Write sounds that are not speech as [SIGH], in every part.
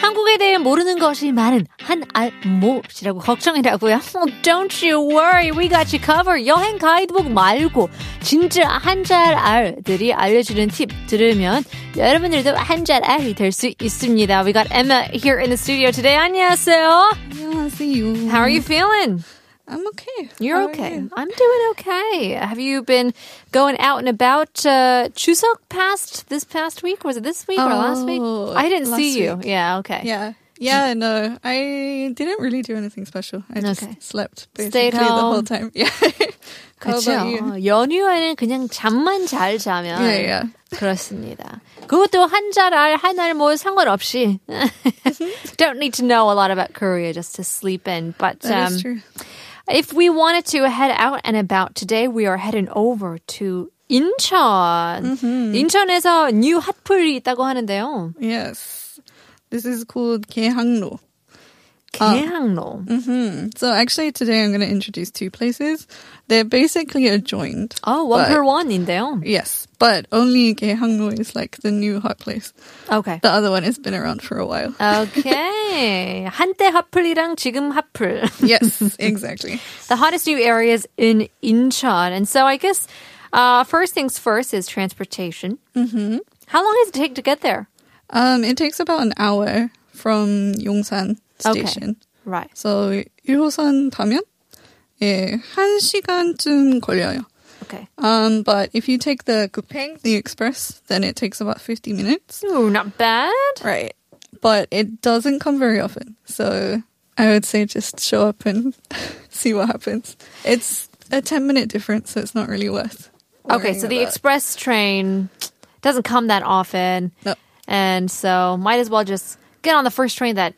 한국에 대해 모르는 것이 많은 한알모 씨라고 걱정이라고요. [LAUGHS] Oh, Don't you worry, we got you cover. 여행 가이드북 말고 진짜 한잘 알들이 알려주는 팁 들으면 여러분들도 한잘 알이 될 수 있습니다. We got Emma here in the studio today. 안녕하세요. 안녕하세요. How are [LAUGHS] you feeling? I'm okay. You're How are okay. you? I'm doing okay. Have you been going out and about uh, Chuseok past this past week? Was it this week or last week? Oh, I didn't last see you. week. Yeah. Okay. Yeah. Yeah, no, I didn't really do anything special. I just Okay. slept basically Stayed the whole home. time. [LAUGHS] Yeah. How 그렇죠. about you? 어, 연휴에는 그냥 잠만 잘 자면 예, 예. 그렇습니다. 그것도 한자랄 한알 뭐 상관없이 [LAUGHS] don't need to know a lot about Korea just to sleep in. But That is um, true. if we wanted to head out and about today, we are heading over to 인천. Mm-hmm. 인천에서 뉴 핫플이 있다고 하는데요. Yes. This is called Kehangno. 아. 계양로. hmm So actually today I'm going to introduce two places. They're basically adjoined. 어, Oh, one but- 네. per one인데요. Yes, but only Kehangno is like the new hot place. Okay. The other one has been around for a [LAUGHS] while. Okay. 한때 핫플이랑 지금 핫플. yes, exactly. the hottest new areas in Incheon. And so I guess uh, first things first is transportation. Mm-hmm. How long does it take to get there? Um, it takes about an hour from Yongsan station. Right. So 1호선 타면 예, 1시간쯤 걸려요. Okay. Um, but if you take the Gupeng, the express, then it takes about 50 minutes. Ooh, not bad. Right. But it doesn't come very often. So I would say just show up and [LAUGHS] see what happens. It's a 10 minute difference, so it's not really worth. Okay, so worrying the about. express train doesn't come that often. No. And so might as well just get on the first train that.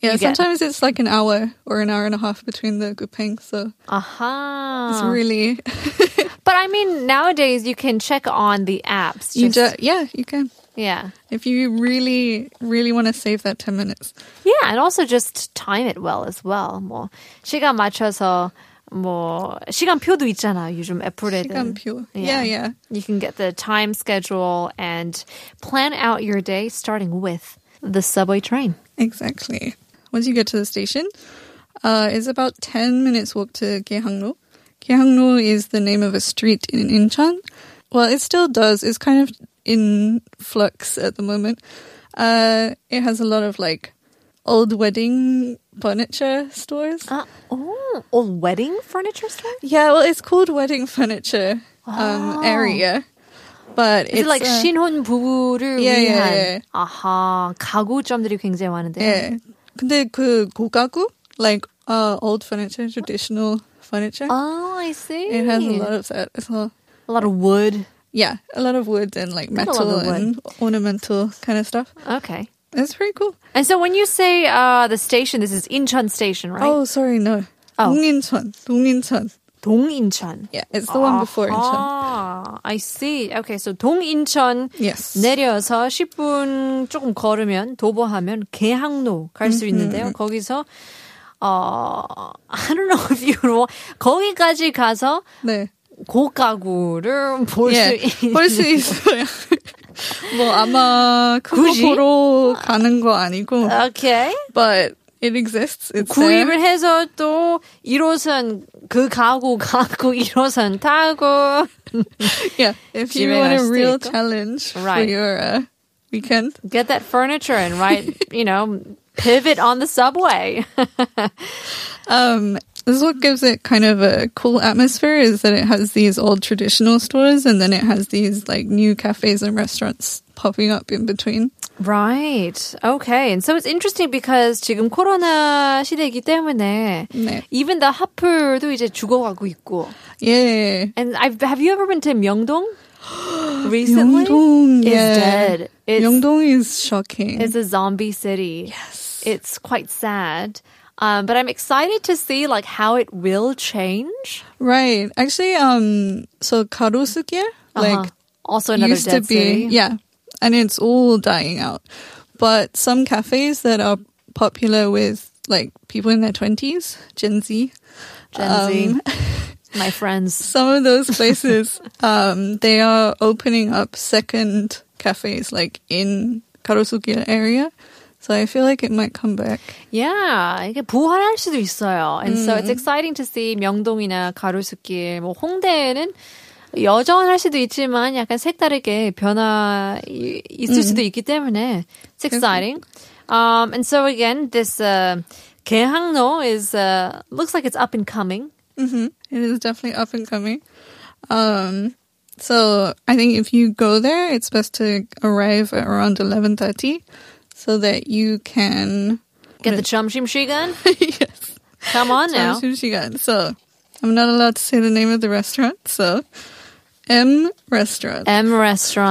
Yeah, you get- sometimes it's like an hour or an hour and a half between the Gupeng, so Aha. it's really Uh-huh. but I mean, nowadays you can check on the apps. you just- just, yeah, you can. yeah. If you really, really want to save that 10 minutes. Yeah, and also just time it well as well. 뭐 시간 맞춰서 뭐 시간표도 있잖아 요즘 애플에는. 시간 표. Yeah. Yeah, yeah. You can get the time schedule and plan out your day starting with the subway train. Exactly. Once you get to the station, uh, it's about 10 minutes walk to Gehangno. Gehangno is the name of a street in Incheon. Well, it still does. It's kind of in flux at the moment. Uh, it has a lot of like old wedding furniture stores. Uh, oh, old wedding furniture store? Yeah, well, it's called wedding furniture um, area. But Is it's it like uh, 신혼 부부를 Yeah, yeah, 위한 yeah. 아하 가구점들이 굉장히 많은데. 예. 근데 그 고가구 like uh, old furniture, traditional furniture. Oh, I see. It has a lot of that as well. a lot of wood. Yeah, a lot of wood and like Gotta love metal the wood. and ornamental kind of stuff. Okay. It's pretty cool. And so when you say uh, the station, this is Incheon Station, right? Oh, sorry, no. Oh. 동인천, 동인천. 동인천. Yeah, it's the one before Incheon. Ah, I see. Okay, so 동인천 Yes. 내려서 10분 조금 걸으면 도보하면 계항로 갈 Mm-hmm. 수 있는데요. 거기서 어, I don't know if you want 거기까지 가서 네. 고가구를 볼 예, 수 있는 볼수 있어요. [LAUGHS] 뭐 아마 그거 굳이? 보러 가는 거 아니고, 오케이. but it exists. It's there. 구입을 해서 또 1호선 그 가구 가구 1호선 타고 Yeah, if you 집에 want 갈 a 수도 real 있고. challenge Right. for your uh, weekend, get that furniture and right, you know, pivot on the subway. um, this is what gives it kind of a cool atmosphere is that it has these old traditional stores and then it has these like new cafes and restaurants popping up in between. Right. Okay. And so it's interesting because 지금 코로나 시대이기 때문에 네. even the 하플도 이제 죽어가고 있고. Yeah. And I've, have you ever been to [GASPS] Myeongdong recently? Myeongdong, is yeah. dead. It's, Myeongdong is shocking. it's a zombie city. Yes. It's quite sad. Um, but I'm excited to see like how it will change. right. Actually, um, so Karusuke, like, Uh-huh. also another used to dead be, city. yeah. and it's all dying out. But some cafes that are popular with like people in their 20s, Gen Z, Gen um, Z, [LAUGHS] my friends. some of [LAUGHS] those places um, they are opening up second cafes like in Karosuki area. So I feel like it might come back. Yeah, 이게 부활할 수도 있어요. And so it's exciting to see 명동이나 가로수길, 뭐 홍대에는 여전할 수도 있지만 약간 색다르게 변화 이- 있을 수도 있기 때문에 it's exciting. Um, and so again, this uh, 개항로 is uh, looks like it's up and coming. hmm It is definitely up and coming. Um, so I think if you go there, it's best to arrive at around eleven thirty, so that you can Get the 점심 시간. Come on now. Some sushi gun. So I'm not allowed to say the name of the restaurant. So M Restaurant. M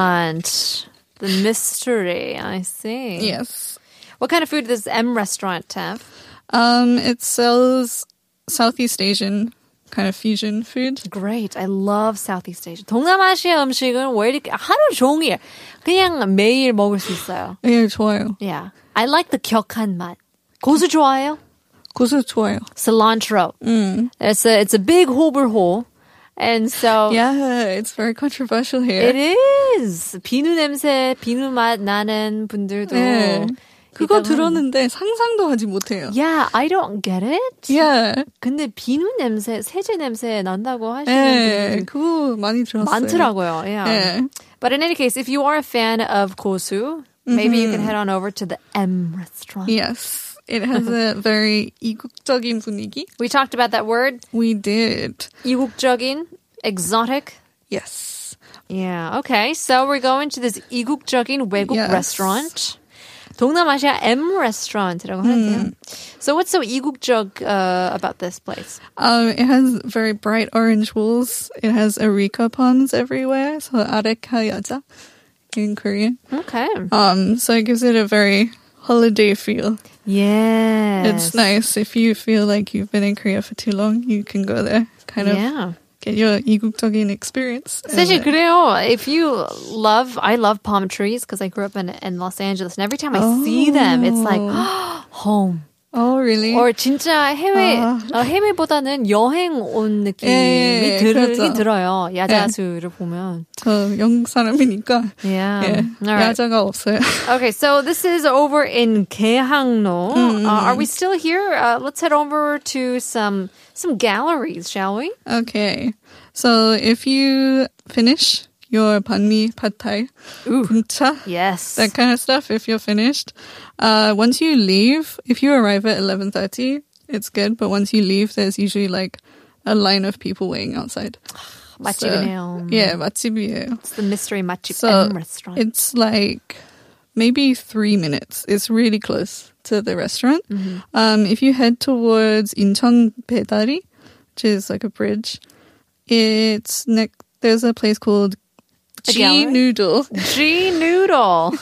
restaurant. The mystery, I see. Yes. What kind of food does M restaurant have? Um, it sells Southeast Asian kind of fusion food. Great. I love Southeast Asia. 동남아시아 음식은 왜 이렇게 하루 종일 그냥 매일 먹을 수 있어요. 예, 좋아요. Yeah. I like the 격한 맛. 고수 좋아해요? 고수 좋아요. Cilantro. 음. It's a it's a big 호불호. And so Yeah, it's very controversial here. Oh. it is. 비누 냄새, 비누 맛 나는 분들도 네. 그거 있다고 하는데. 들었는데 상상도 하지 못해요. Yeah, I don't get it. Yeah. 근데 비누 냄새, 세제 냄새 난다고 하시는 예, 분들 그거 많이 들었어요. 많더라고요. Yeah. 예. But in any case, if you are a fan of Kosu, maybe you can head on over to the M restaurant. Yes. It has a very 이국적인 분위기. We talked about that word, We did. 이국적인, exotic. Yes. Yeah, okay. So we're going to this 이국적인 외국 Yes. restaurant. 동남아시아 M restaurant이라고 하는데요. So what's so 이국적 uh, about this place? Um, it has very bright orange walls. It has areca palms everywhere, so areka yaja in Korean. Okay. Um, so it gives it a very holiday feel. Yes. It's nice if you feel like you've been in Korea for too long, you can go there, kind of Yeah. get your 이국적인 experience. and 사실 then- 그래요. If you love, I love palm trees because I grew up in, in Los Angeles, and every time I see them, it's like [GASPS] home. Oh, really? Or 진짜 해외 아. 어, 해외보다는 여행 온 느낌이 Uh-huh. 예, 들긴 그렇죠. 들어요. 야자수를 보면. 저 영국 사람이니까 Yeah. 예, Um, All right. 야자가 없어요. [LAUGHS] Okay, so this is over in Gaehangno. Uh, are we still here? Uh, let's head over to some some galleries, shall we? Okay. So if you finish your panmi, pad thai, buncha, Yes. that kind of stuff, if you're finished, uh, once you leave, if you arrive at 11.30, it's good. But once you leave, there's usually like a line of people waiting [SIGHS] outside. So- 맛집이네요. yeah, 맛집이에요. It's the mystery 맛집 So M restaurant. it's like maybe three minutes. It's really close to the restaurant. Mm-hmm. Um, if you head towards Incheon Baedari, which is like a bridge, it's next. There's a place called A G gallery? Noodle, G noodle.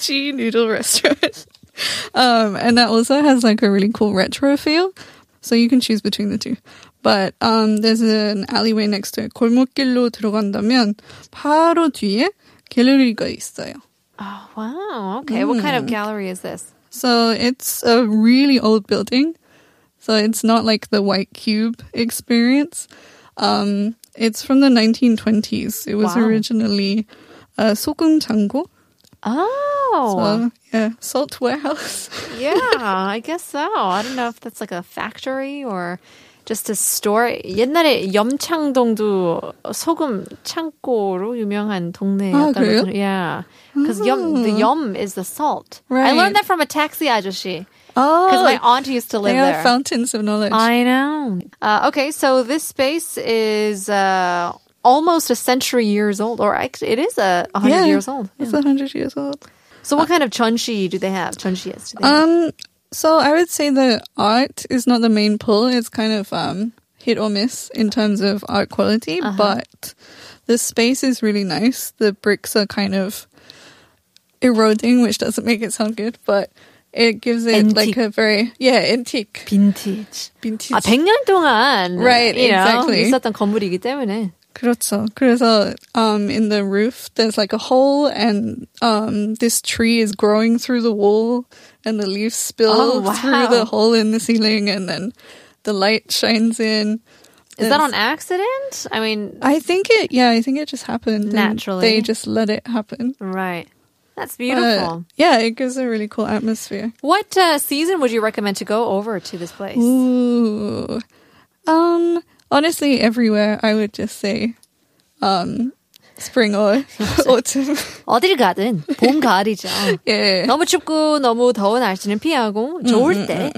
G Noodle Restaurant, [LAUGHS] um, and that also has like a really cool retro feel. So you can choose between the two. But um, there's an alleyway next to it. 골목길로 들어간다면 바로 뒤에 갤러리가 있어요. oh wow. Okay. What kind of Mm. gallery is this? So it's a really old building. So it's not like the white cube experience. Um, it's from the 1920s. It was Wow. originally a 소금 창고. Oh. [LAUGHS] So, yeah, salt warehouse. [LAUGHS] yeah, I guess so. I don't know if that's like a factory or just a store. 옛날에 염창동도 소금 창고로 유명한 동네였다고. 아, 그래요? 들은- yeah. Cuz yum the yum is the salt. I Right. learned that from a taxi ajashi oh, cuz my aunt used to live they there. are fountains of knowledge. I know. Uh, okay, so this space is uh, almost a century years old, or actually, it is a uh, hundred yeah, years old. It's Yeah. 100 years old. So, what kind of chunshi do they have? Chunshi is. Um, so I would say the art is not the main pull. It's kind of um hit or miss in terms of art quality, Uh-huh. but the space is really nice. The bricks are kind of eroding, which doesn't make it sound good, but it gives it like a very yeah antique vintage. vintage. 아, 100년 동안 Right, you know, exactly. 있었던 건물이기 때문에. 그렇죠. 그래서 um, in the roof there's like a hole and um, this tree is growing through the wall and the leaves spill Oh, wow. through the hole in the ceiling and then the light shines in. Is that on accident? I mean, I think it. Yeah, I think it just happened. and Naturally. they just let it happen. right. That's But, beautiful. yeah, it gives a really cool atmosphere. what uh, season would you recommend to go over to this place? 음. Ooh. Um. Honestly, everywhere I would just say, um, spring [LAUGHS] or autumn. [LAUGHS] 어딜 가든 봄 가을이죠. yeah. 너무 춥고 너무 더운 날씨는 피하고 음, 좋을 때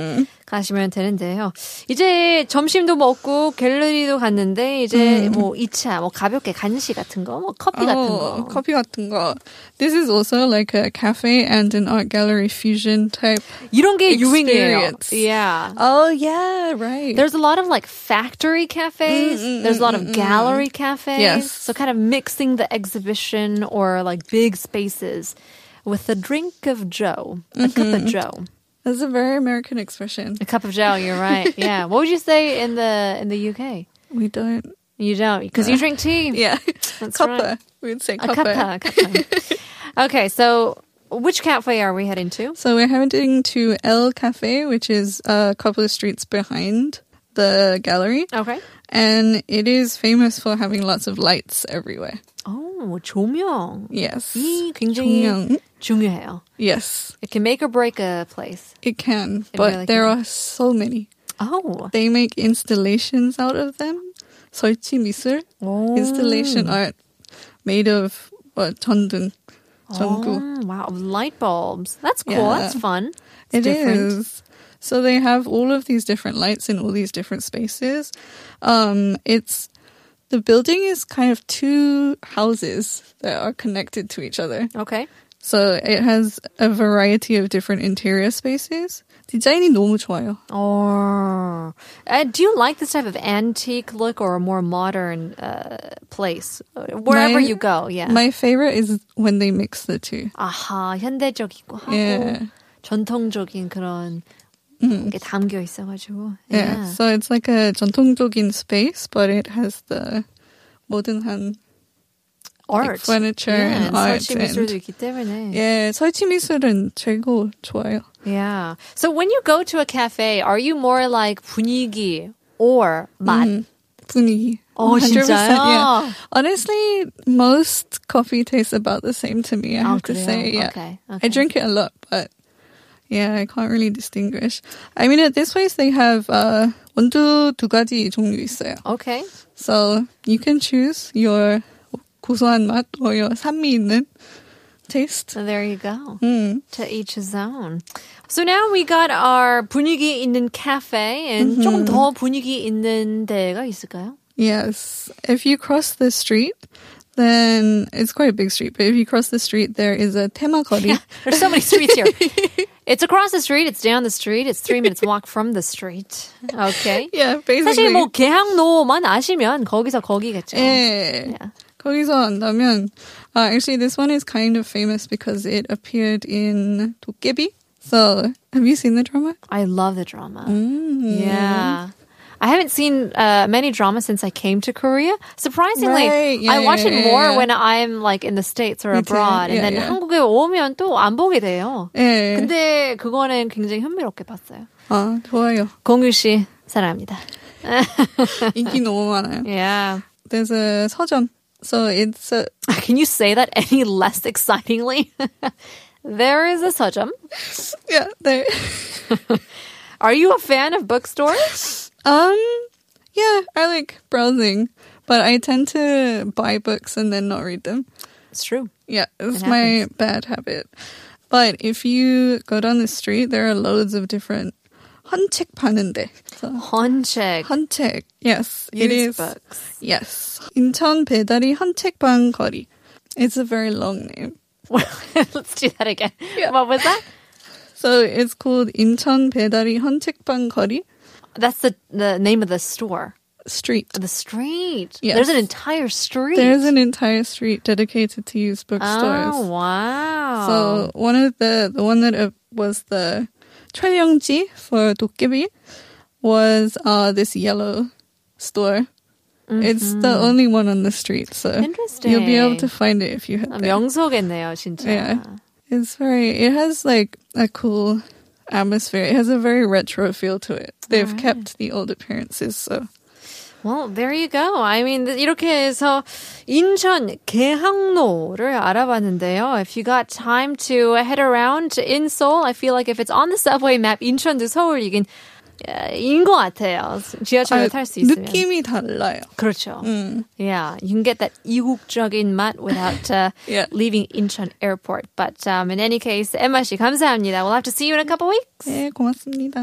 가시면 되는데요. 이제 점심도 먹고 갤러리도 갔는데 음, 이제 뭐 2차 뭐 가볍게 간식 같은 거, 뭐 커피 같은 거. 커피 Oh, 같은 거. This is also like a cafe and an art gallery fusion type. 이런 게 유행이에요. Experience. Yeah. Oh yeah, right. There's a lot of like factory cafes. There's a lot of gallery cafes. Yes. So kind of mixing the exhibition or like big spaces with a drink of Joe, a cup of Joe, That's a very American expression. Mm-hmm. a cup of Joe. You're [LAUGHS] right. Yeah. What would you say in the in the UK? We don't. You don't because you drink tea. Yeah, That's copper. right. We would say A copper. cuppa, a [LAUGHS] cuppa. okay, so which cafe are we heading to? So we're heading to El Cafe, which is uh, a couple of streets behind the gallery, Okay. and it is famous for having lots of lights everywhere. Oh, 조명. Yes. 이 굉장히 조명. 중요해요. Yes, It can make or break a place. it can, It but really there can. are so many. Oh. They make installations out of them. 설치 미술 Oh. installation art made of what 전등, 전구. Oh, wow, light bulbs. That's cool. Yeah. That's fun. It's It is. different. So they have all of these different lights in all these different spaces. Um, it's the building is kind of two houses that are connected to each other. Okay. So it has a variety of different interior spaces. 디자인이 너무 좋아요. Or uh, do you like this type of antique look or a more modern uh, place? Uh, Wherever My- you go, yeah. My favorite is when they mix the two. 아하, 현대적이고 하고 Yeah. Mm. 전통적인 그런 게 담겨 있어가지고. Yeah. Yeah. So it's like a 전통적인 space, but it has the modern한 art. like furniture yeah, and art 설치 and- 미술도 있기 때문에. 예, 설치 미술은 최고 좋아요. Yeah. So when you go to a cafe, are you more like 분위기 or 맛? Mm. 분위기. Oh, 100%, 진짜요? [LAUGHS] Yeah. Honestly, most coffee tastes about the same to me. I Oh, have to say, 그래요? yeah. Okay, I okay. drink it a lot, but yeah, I can't really distinguish. I mean, at this place they have uh, 원두 두 가지 종류 있어요. Okay. So you can choose your 고소한 맛 or your 산미 있는 taste. So there you go. Mm. To each his own. So now we got our 분위기 있는 cafe and Mm-hmm. 조금 더 분위기 있는 데가 있을까요? Yes. If you cross the street, then it's quite a big street, but if you cross the street, there is a 테마거리. There's so many streets [LAUGHS] here. it's across the street, it's down the street, it's three minutes walk from the street. Okay. [LAUGHS] yeah, 사실 basically. 뭐 개항로만 아시면 거기서 거기겠죠. 예. Yeah. 거기서 안다면, uh, actually, this one is kind of famous because it appeared in 도깨비. So, have you seen the drama? I love the drama. Mm. Yeah. I haven't seen uh, many dramas since I came to Korea. Surprisingly, Right. I Yeah, watch yeah, it yeah, more yeah. when I'm like in the States or Me too. abroad. and Yeah, then yeah. 한국에 오면 또 안 보게 돼요. 예. 근데 그거는 굉장히 흥미롭게 봤어요. 아, 좋아요. 공유 씨, 사랑합니다. 인기 너무 [LAUGHS] 많아요. Yeah. There's a 서점. So, it's a, Can you say that any less excitingly? [LAUGHS] there is a sajam. yeah, there. Are you a fan of bookstores? Um, yeah, I like browsing, but I tend to buy books and then not read them. It's true. Yeah, it's It my bad habit. But if you go down the street, there are loads of different 헌책 파는데. So, 헌책. 헌책. Yes, it Used is. books. [LAUGHS] Yes. 인천 배달이 헌책방 거리. It's a very long name. [LAUGHS] Let's do that again. What was that? So it's called 인천 배달이 헌책방 거리 That's the, the name of the store. street. The street. Yes. There's an entire street. There's an entire street dedicated to used bookstores. Oh, wow. So one of the the one that uh, was the 촬영지 for 도깨비 was uh this yellow store It's the only one on the street, so Mm-hmm. Interesting. you'll be able to find it if you head 아, there. 명소겠네요, 진짜. Yeah. It's very. It has like a cool atmosphere. It has a very retro feel to it. They've kept the old appearances, so Well, there you go. I mean, 이렇게 해서 인천 개항로를 알아봤는데요. If you got time to head around in Seoul, I feel like if it's on the subway map, 인천 to 서울 이긴 인것 같아요. 지하철을 아, 탈 수 있으면. 느낌이 달라요. 그렇죠. Yeah, you can get that 이국적인 맛 without uh, Yeah. leaving Incheon Airport. But um, in any case, Emma 씨 감사합니다. We'll have to see you in a couple weeks. 네, 고맙습니다.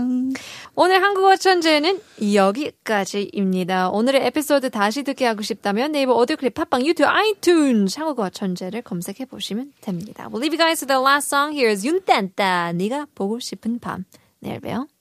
오늘 한국어 천재는 여기까지입니다. 오늘의 에피소드 다시 듣기 하고 싶다면 네이버 오디오 클립, 팟빵, 유튜브, 아이튠즈 한국어 천재를 검색해 보시면 됩니다. We'll leave you guys with the last song. Here's 윤딴딴, 네가 보고 싶은 밤. 내일 봬요.